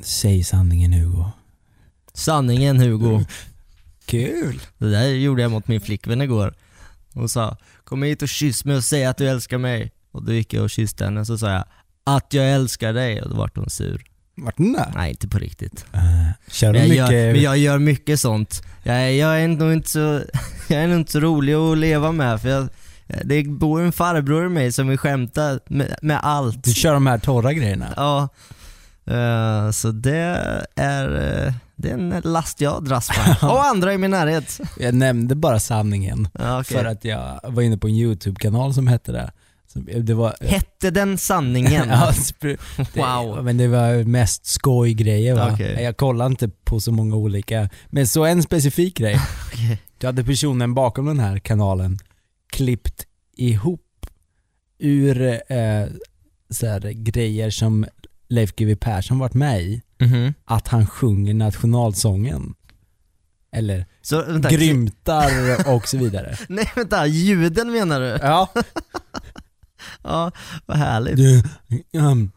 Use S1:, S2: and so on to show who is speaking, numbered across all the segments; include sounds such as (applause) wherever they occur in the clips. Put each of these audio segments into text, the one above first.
S1: Säg sanningen Hugo.
S2: Sanningen Hugo.
S1: Kul!
S2: Det där gjorde jag mot min flickvän igår. Hon sa, kom hit och kyss mig och säg att du älskar mig. Och då gick jag och kysste henne och så sa jag, att jag älskar dig. Och då vart hon sur.
S1: Vart den där?
S2: Nej, inte på riktigt.
S1: Uh, kör du
S2: Men jag,
S1: mycket?
S2: gör, men jag gör mycket sånt. Jag, jag, är nog inte så, (laughs) jag är nog inte så rolig att leva med för jag, det bor en farbror i mig som vill skämta med, med allt.
S1: Du kör de här torra grejerna?
S2: Ja. Eh, så det är, eh, det är en last jag dras
S1: (laughs)
S2: med. Och andra i min närhet.
S1: Jag nämnde bara sanningen
S2: Ja, okej.
S1: för att jag var inne på en YouTube-kanal som hette det. Så Det var...
S2: Hette den
S1: (laughs)
S2: sanningen?
S1: Ja, spr- det,
S2: Wow.
S1: Men det var mest skojgrejer va?
S2: Okej.
S1: Jag kollade inte på så många olika, men så en specifik grej.
S2: Okej.
S1: Då hade personen bakom den här kanalen klippt ihop ur eh, så här, grejer som Leif GW Persson varit med i,
S2: Mhm.
S1: att han sjunger nationalsången. Eller
S2: Så, vänta,
S1: grymtar och så vidare.
S2: (laughs) Nej vänta, ljuden menar du?
S1: (laughs) Ja.
S2: Ja, vad härligt.
S1: Du, ehm,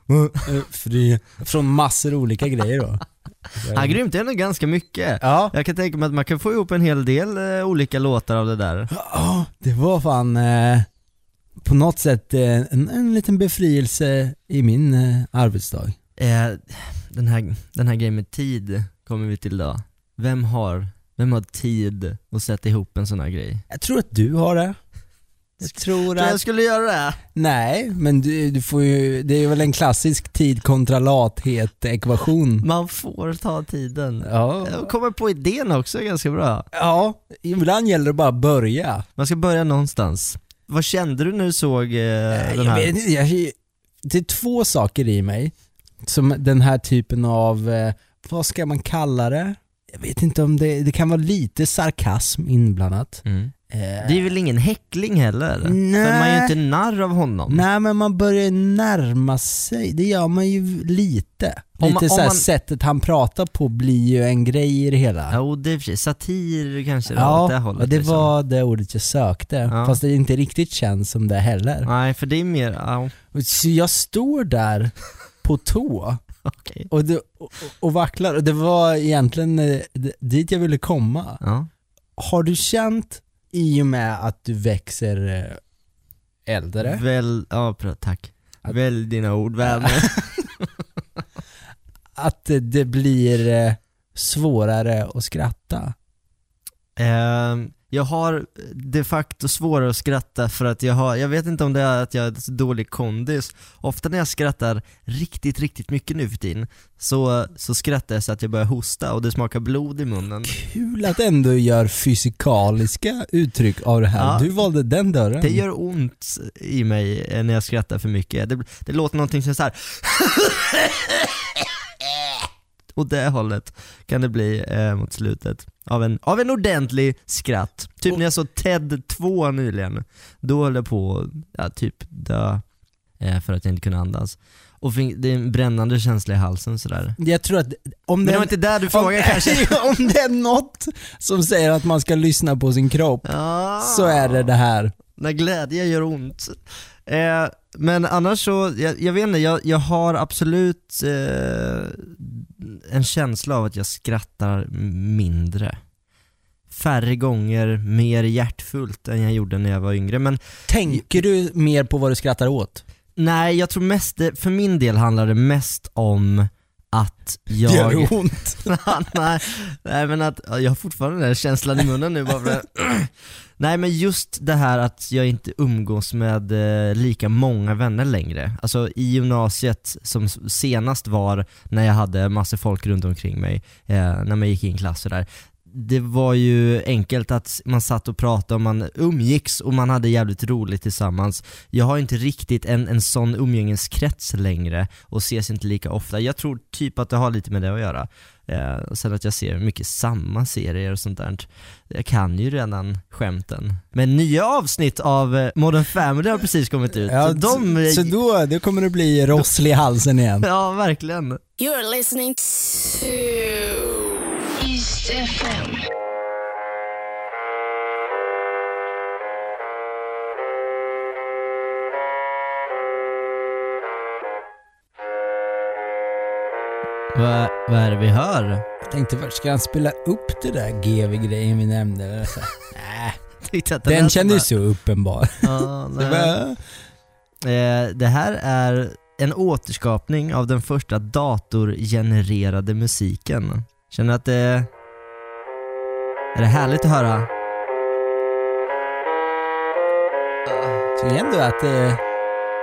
S1: eh, fri, från massor olika grejer då.
S2: Ja, grymt, det är nog ganska mycket.
S1: Ja.
S2: Jag kan tänka mig att man kan få ihop en hel del eh, olika låtar av det där.
S1: Ja, det var fan eh, på något sätt eh, en, en liten befrielse i min eh, arbetsdag.
S2: Eh, den, här, den här grejen med tid kommer vi till då. Vem har, vem har tid att sätta ihop en sån här grej?
S1: Jag tror att du har det. Jag tror
S2: Tror jag
S1: att...
S2: skulle göra det?
S1: Nej, men du, du får ju, det är väl en klassisk tid kontra lathet-ekvation.
S2: Man får ta tiden.
S1: Mm. Ja.
S2: Jag kommer på idén också ganska bra.
S1: ja, ibland gäller det bara att börja.
S2: Man ska börja någonstans. Vad kände du när du såg eh, den
S1: jag vet
S2: här?
S1: inte, jag, det är två saker i mig som den här typen av, eh, vad ska man kalla det? Jag vet inte om det, det kan vara lite sarkasm inblandat.
S2: Mm.
S1: Eh,
S2: Det är väl ingen häckling heller? För man är ju
S1: Nej.
S2: inte narr av honom.
S1: Nej men man börjar ju närma sig, det gör man ju lite.
S2: Om man-
S1: lite
S2: om
S1: så här,
S2: man-
S1: sättet han pratar på blir ju en grej i det hela.
S2: Ja, och det är i och för sig satir kanske, då, åt det
S1: ja
S2: hållet
S1: och det
S2: liksom.
S1: var det ordet jag sökte.
S2: Ja.
S1: Fast det inte riktigt känns som det heller.
S2: Nej, för det är mer, ja,
S1: Och Så jag står där på tå
S2: okej.
S1: och, det, och, och vacklar. Och det var egentligen eh, d- dit jag ville komma.
S2: Ja.
S1: Har du känt, i och med att du växer eh, äldre,
S2: Väl, ja bra, tack.
S1: Att-
S2: Välj dina ord väl.
S1: att eh, det blir eh, svårare att skratta?
S2: (laughs) Ehm, jag har de facto svårare att skratta för att jag har, jag vet inte om det är att jag är så dålig kondis. Ofta när jag skrattar riktigt, riktigt mycket nu för tiden så, så skrattar jag så att jag börjar hosta och det smakar blod i munnen.
S1: Kul att ändå gör fysikaliska uttryck av det här.
S2: Ja.
S1: Du valde den dörren.
S2: Det gör ont i mig eh, när jag skrattar för mycket. Det, det låter någonting som så här. (laughs) Åt det hållet kan det bli eh, mot slutet av en, av en ordentlig skratt. Typ när jag såg TED 2 nyligen, då höll jag på att ja, typ dö eh, för att jag inte kunde andas. Och fin- det är en brännande känsla i halsen sådär.
S1: Jag tror att om
S2: Men det
S1: det,
S2: var inte där du
S1: (laughs)
S2: frågade kanske?
S1: om, om det är något som säger att man ska lyssna på sin kropp
S2: Ah.
S1: så är det det här.
S2: När glädje gör ont. Eh, men annars så, jag, jag vet inte, jag, jag har absolut eh, en känsla av att jag skrattar m- mindre. Färre gånger, mer hjärtfullt än jag gjorde när jag var yngre. Men
S1: Tänker du mer på vad du skrattar åt?
S2: nej, jag tror mest, det, för min del handlar det mest om att jag...
S1: ont.
S2: (laughs) nej, nej men att, ja, jag har fortfarande den här känslan i munnen nu bara för det. (clears throat) Nej men just det här att jag inte umgås med eh, lika många vänner längre. Alltså i gymnasiet som s- senast var när jag hade massor folk runt omkring mig, eh, när man gick in i en klass och där. Det var ju enkelt att man satt och pratade och man umgicks och man hade jävligt roligt tillsammans. Jag har inte riktigt en, en sån umgängeskrets längre och ses inte lika ofta. Jag tror typ att det har lite med det att göra. Eh, och sen att jag ser mycket samma serier och sånt där. Jag kan ju redan skämten. Men nya avsnitt av eh, Modern Family har precis kommit ut.
S1: Ja,
S2: så de...
S1: så då, då kommer det bli rosslig i halsen igen.
S2: (laughs) Ja, verkligen.
S3: You're listening to East FM.
S2: Vad, vad är det vi hör?
S1: Jag tänkte först, ska han spela upp det där GV-grejen vi nämnde? Eller så här, Nej,
S2: (laughs) Tyckte att det
S1: den
S2: lät så
S1: kändes
S2: bra.
S1: så uppenbar.
S2: Ja,
S1: (laughs) Det
S2: nej.
S1: var-
S2: Eh, Det här är en återskapning av den första datorgenererade musiken. Känner att det... Är det härligt att höra?
S1: Tycker ändå att det,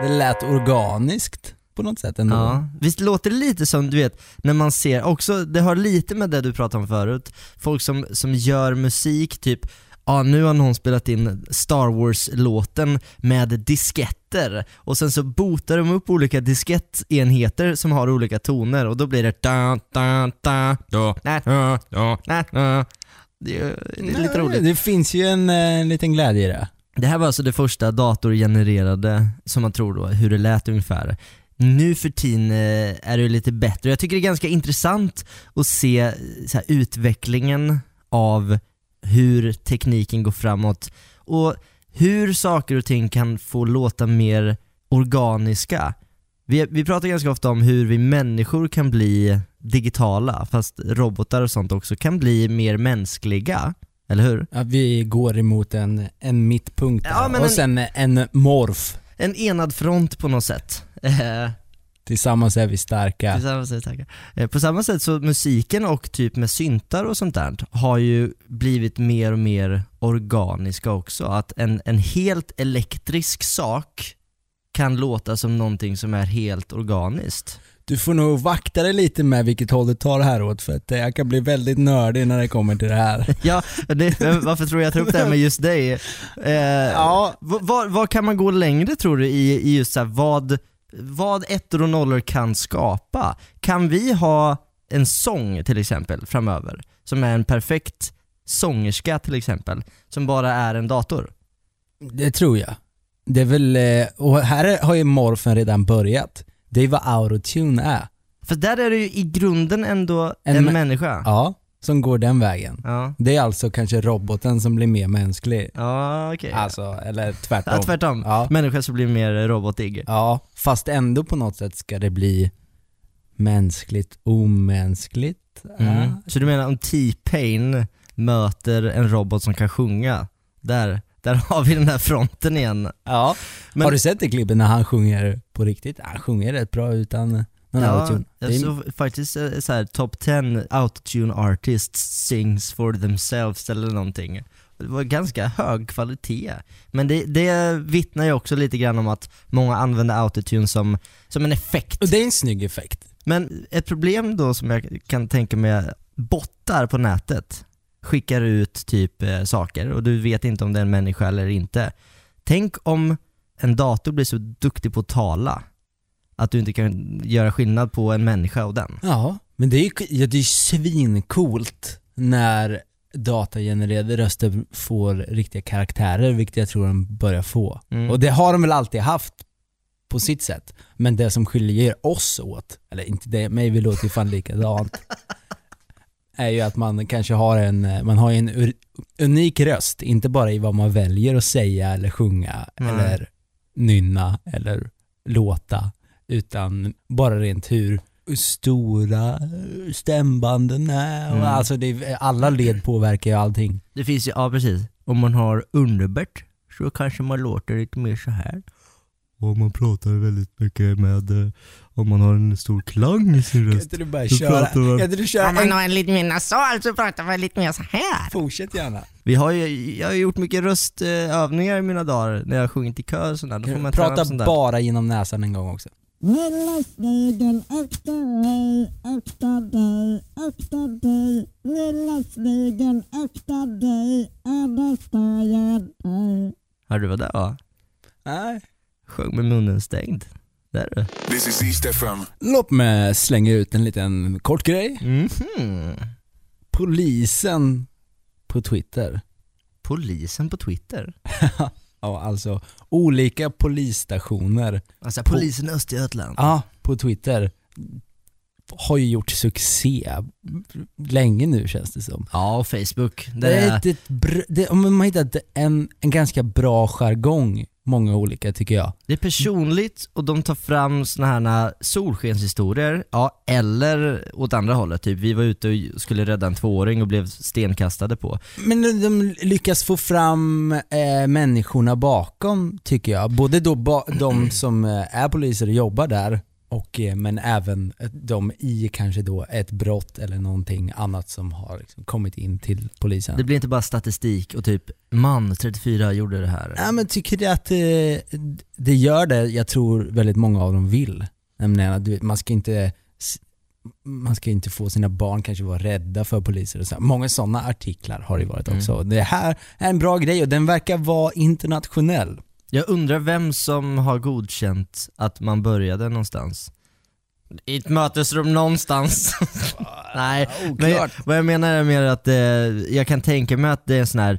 S1: det lät organiskt på något sätt ändå.
S2: Ja. Visst låter det lite som, du vet, när man ser, också, det har lite med det du pratade om förut, folk som, som gör musik, typ, ja nu har någon spelat in Star Wars-låten med disketter och sen så botar de upp olika diskettenheter som har olika toner och då blir det da, da, da, da, na, da, da, na, da. Det är, det är lite
S1: Nej,
S2: roligt.
S1: Mm. Det finns ju en, eh, en liten glädje i det.
S2: Det här var alltså det första datorgenererade, som man tror då, hur det lät ungefär. Nu för tiden eh, är det ju lite bättre. Jag tycker det är ganska intressant att se eh, så här, utvecklingen av hur tekniken går framåt och hur saker och ting kan få låta mer organiska. Vi, vi pratar ganska ofta om hur vi människor kan bli digitala, fast robotar och sånt också kan bli mer mänskliga, eller hur?
S1: Att vi går emot en, en mittpunkt där.
S2: Ja, men
S1: och
S2: en-
S1: sen en morf.
S2: en enad front på något sätt. Eh,
S1: Tillsammans är vi starka.
S2: tillsammans är vi starka. Eh, På samma sätt så musiken och typ med syntar och sånt där har ju blivit mer och mer organiska också. Att en, en helt elektrisk sak kan låta som någonting som är helt organiskt.
S1: Du får nog vakta dig lite med vilket håll du tar det här åt för att eh, jag kan bli väldigt nördig när det kommer till det här.
S2: (laughs) Ja, det, men varför tror jag jag tar upp det här med just dig? Eh,
S1: Ja.
S2: v- Var, var kan man gå längre tror du i, i just så här, vad, vad ettor och nollor kan skapa? Kan vi ha en sång till exempel framöver, som är en perfekt sångerska till exempel, som bara är en dator?
S1: Det tror jag. Det är väl, eh, och här har ju morfen redan börjat. Det är vad autotune är.
S2: För där är det ju i grunden ändå
S1: En
S2: en,
S1: mä-
S2: människa.
S1: Ja, som går den vägen.
S2: Ja,
S1: Det är alltså kanske roboten som blir mer mänsklig.
S2: ja okej.
S1: Alltså, eller tvärtom.
S2: Ja, tvärtom.
S1: Ja.
S2: Människa som blir mer robotig.
S1: Ja, fast ändå på något sätt ska det bli mänskligt omänskligt.
S2: Mm.
S1: Ja.
S2: Så du menar om T-Pain möter en robot som kan sjunga, där, där har vi den här fronten igen.
S1: Ja.
S2: Men-
S1: Har du sett det klippet när han sjunger på riktigt? Han sjunger rätt bra utan någon autotune. Det är-
S2: jag såg faktiskt eh, så här, top 10 autotune artists sings for themselves eller någonting. Det var ganska hög kvalitet. Men det, det vittnar ju också lite grann om att många använder autotune som, som en effekt.
S1: Och det är en snygg effekt.
S2: Men ett problem då som jag kan tänka mig, bottar på nätet skickar ut typ eh, saker och du vet inte om det är en människa eller inte. Tänk om en dator blir så duktig på att tala att du inte kan göra skillnad på en människa och den.
S1: Ja, men det är ju ja, det är ju svincoolt när datagenererade röster får riktiga karaktärer, vilket jag tror de börjar få.
S2: Mm.
S1: Och det har de väl alltid haft på sitt sätt. Men det som skiljer oss åt, eller inte det, mig vi låter ju fan
S2: (laughs)
S1: likadant. är ju att man kanske har en, eh, man har ju en ur- unik röst, inte bara i vad man väljer att säga eller sjunga
S2: Nej.
S1: eller nynna eller låta, utan bara rent hur stora stämbanden är. Och
S2: Mm.
S1: Alltså det, är- alla led påverkar ju allting.
S2: Det finns ju, ja precis. Om man har underbett så kanske man låter lite mer så här. Och man pratar väldigt mycket med, eh, om man har en stor klang i sin
S1: Kan
S2: röst.
S1: inte du bara
S2: Då
S1: köra?
S2: pratar man-
S1: Kan inte du köra
S4: Om man
S1: en,
S4: har en lite mer nasal så pratar man lite mer så här.
S1: fortsätt gärna.
S2: Vi har ju, jag har gjort mycket röstövningar i mina dagar när jag har sjungit i kör och sånt där. Då får man träna på sånt
S1: Prata
S2: där.
S1: bara genom näsan en gång också.
S5: Lilla snigel, akta dig, akta dig, akta dig. Lilla snigel, akta dig, annars tar jag dig.
S2: Hörde du vad det var?
S1: Nej.
S2: Sjöng med munnen stängd. Där du.
S6: This is East FM.
S1: Låt mig slänga ut en liten kort grej.
S2: Mhm.
S1: Polisen på Twitter,
S2: Polisen på Twitter.
S1: ja alltså olika polisstationer,
S2: Alltså polisen i Östergötland.
S1: ja på Twitter, har ju gjort succé länge nu känns det som.
S2: Ja, och Facebook.
S1: Det
S2: Det
S1: är
S2: är,
S1: ett, ett br- det, om man har hittat en, en ganska bra jargong många olika tycker jag.
S2: Det är personligt och de tar fram såna här äh, solskenshistorier, ja, eller åt andra hållet, typ vi var ute och skulle rädda en tvååring och blev stenkastade på.
S1: Men de- de lyckas få fram eh, människorna bakom tycker jag. Både då ba- de som eh, är poliser och jobbar där, och, eh, men även eh, de i kanske då ett brott eller någonting annat som har liksom kommit in till polisen.
S2: Det blir inte bara statistik och typ man 34 gjorde det här.
S1: Ja, men tycker du att eh, det gör det jag tror väldigt många av dem vill? Nämligen att du vet, man ska inte s- man ska inte få sina barn kanske vara rädda för poliser och så. här. Många sådana artiklar har det varit också. Det här är en bra grej och den verkar vara internationell.
S2: Jag undrar vem som har godkänt att man började någonstans. I ett mötesrum någonstans. (laughs) Nej, men jag, vad jag menar är mer att eh, jag kan tänka mig att det är en sån här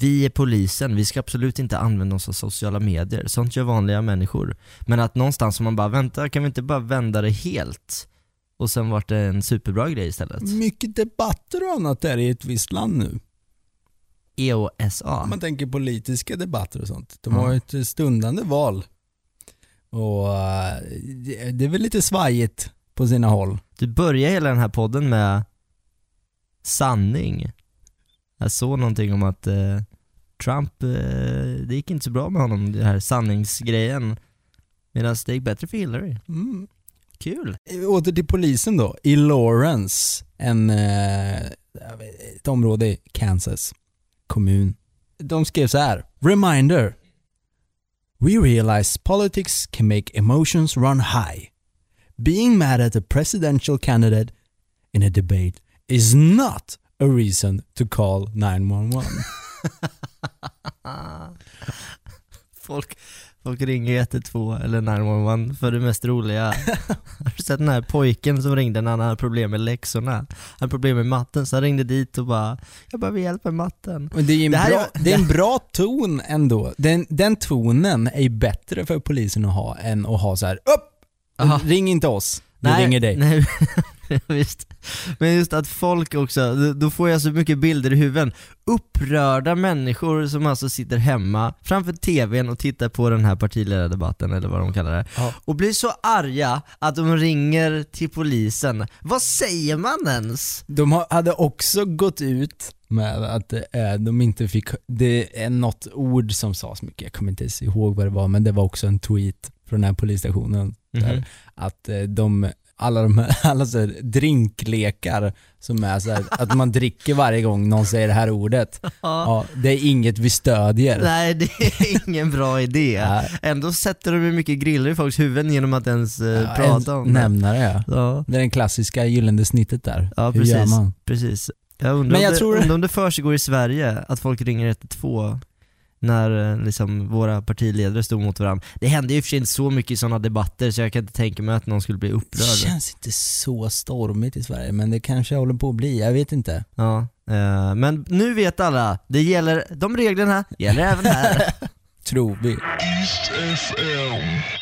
S2: vi är polisen, vi ska absolut inte använda oss av sociala medier, sånt gör vanliga människor. Men att någonstans som man bara, vänta kan vi inte bara vända det helt? Och sen vart det en superbra grej istället.
S1: Mycket debatter och annat där i ett visst land nu.
S2: EOSA.
S1: Om man tänker politiska debatter och sånt. De
S2: Mm.
S1: har ju ett stundande val. Och eh, det- det är väl lite svajigt på sina håll.
S2: Du börjar hela den här podden med sanning. Jag såg någonting om att eh, Trump, eh, det gick inte så bra med honom, den här sanningsgrejen. Medan det gick bättre för Hillary.
S1: Mm.
S2: Kul!
S1: Eh, Åter till polisen då. I Lawrence, en, eh, ett område i Kansas kommun. De skrev så här. Reminder. We realize politics can make emotions run high. Being mad at a presidential candidate in a debate is not a reason to call 911.
S2: Ah. Folk, folk ringer 112 eller 911 för det mest roliga. Har du sett den här pojken som ringde när han hade problem med läxorna? Han hade problem med matten så han ringde dit och bara “Jag behöver hjälp med matten”.
S1: Men det är ju en,
S2: Det här
S1: bra,
S2: är-
S1: det är en bra ton ändå. Den, den tonen är ju bättre för polisen att ha än att ha så här upp!
S2: Aha.
S1: Ring inte oss, vi ringer dig.
S2: Nej, (laughs) visst. Men just att folk också, då- då får jag så mycket bilder i huvudet. Upprörda människor som alltså sitter hemma framför tvn och tittar på den här partiledardebatten eller vad de kallar det.
S1: Ja.
S2: Och blir så arga att de ringer till polisen. Vad säger man ens?
S1: De har- hade också gått ut med att eh, de inte fick, det är något ord som sades mycket, jag kommer inte ens ihåg vad det var, men det var också en tweet från den här polisstationen. Där, att eh, de, alla de här, (laughs) alla så här drinklekar som är så här, att man dricker varje gång någon säger det här ordet. Ja, det är inget vi stödjer.
S2: Nej, det
S1: (laughs)
S2: är ingen bra idé.
S1: Ja,
S2: Ändå sätter de ju mycket griller i folks huvuden genom att ens eh,
S1: ja,
S2: prata
S1: en
S2: om det.
S1: Nämnare ja.
S2: Ja.
S1: Det är det klassiska gyllene snittet där.
S2: Ja,
S1: Hur gör
S2: precis.
S1: man?
S2: Precis. Jag undrar
S1: Men
S2: Men
S1: jag
S2: om, det,
S1: tror-
S2: undrar om det försiggår i Sverige, att folk ringer 112 när eh, liksom, våra partiledare stod mot varandra. Det hände ju i och för sig inte så mycket i sådana debatter så jag kan inte tänka mig att någon skulle bli
S1: Det
S2: upprörd.
S1: känns inte så stormigt i Sverige, men det kanske håller på att bli. Jag vet inte.
S2: Ja, eh, men nu vet alla, det gäller, de reglerna gäller även här.
S1: Tror vi.
S6: East FM.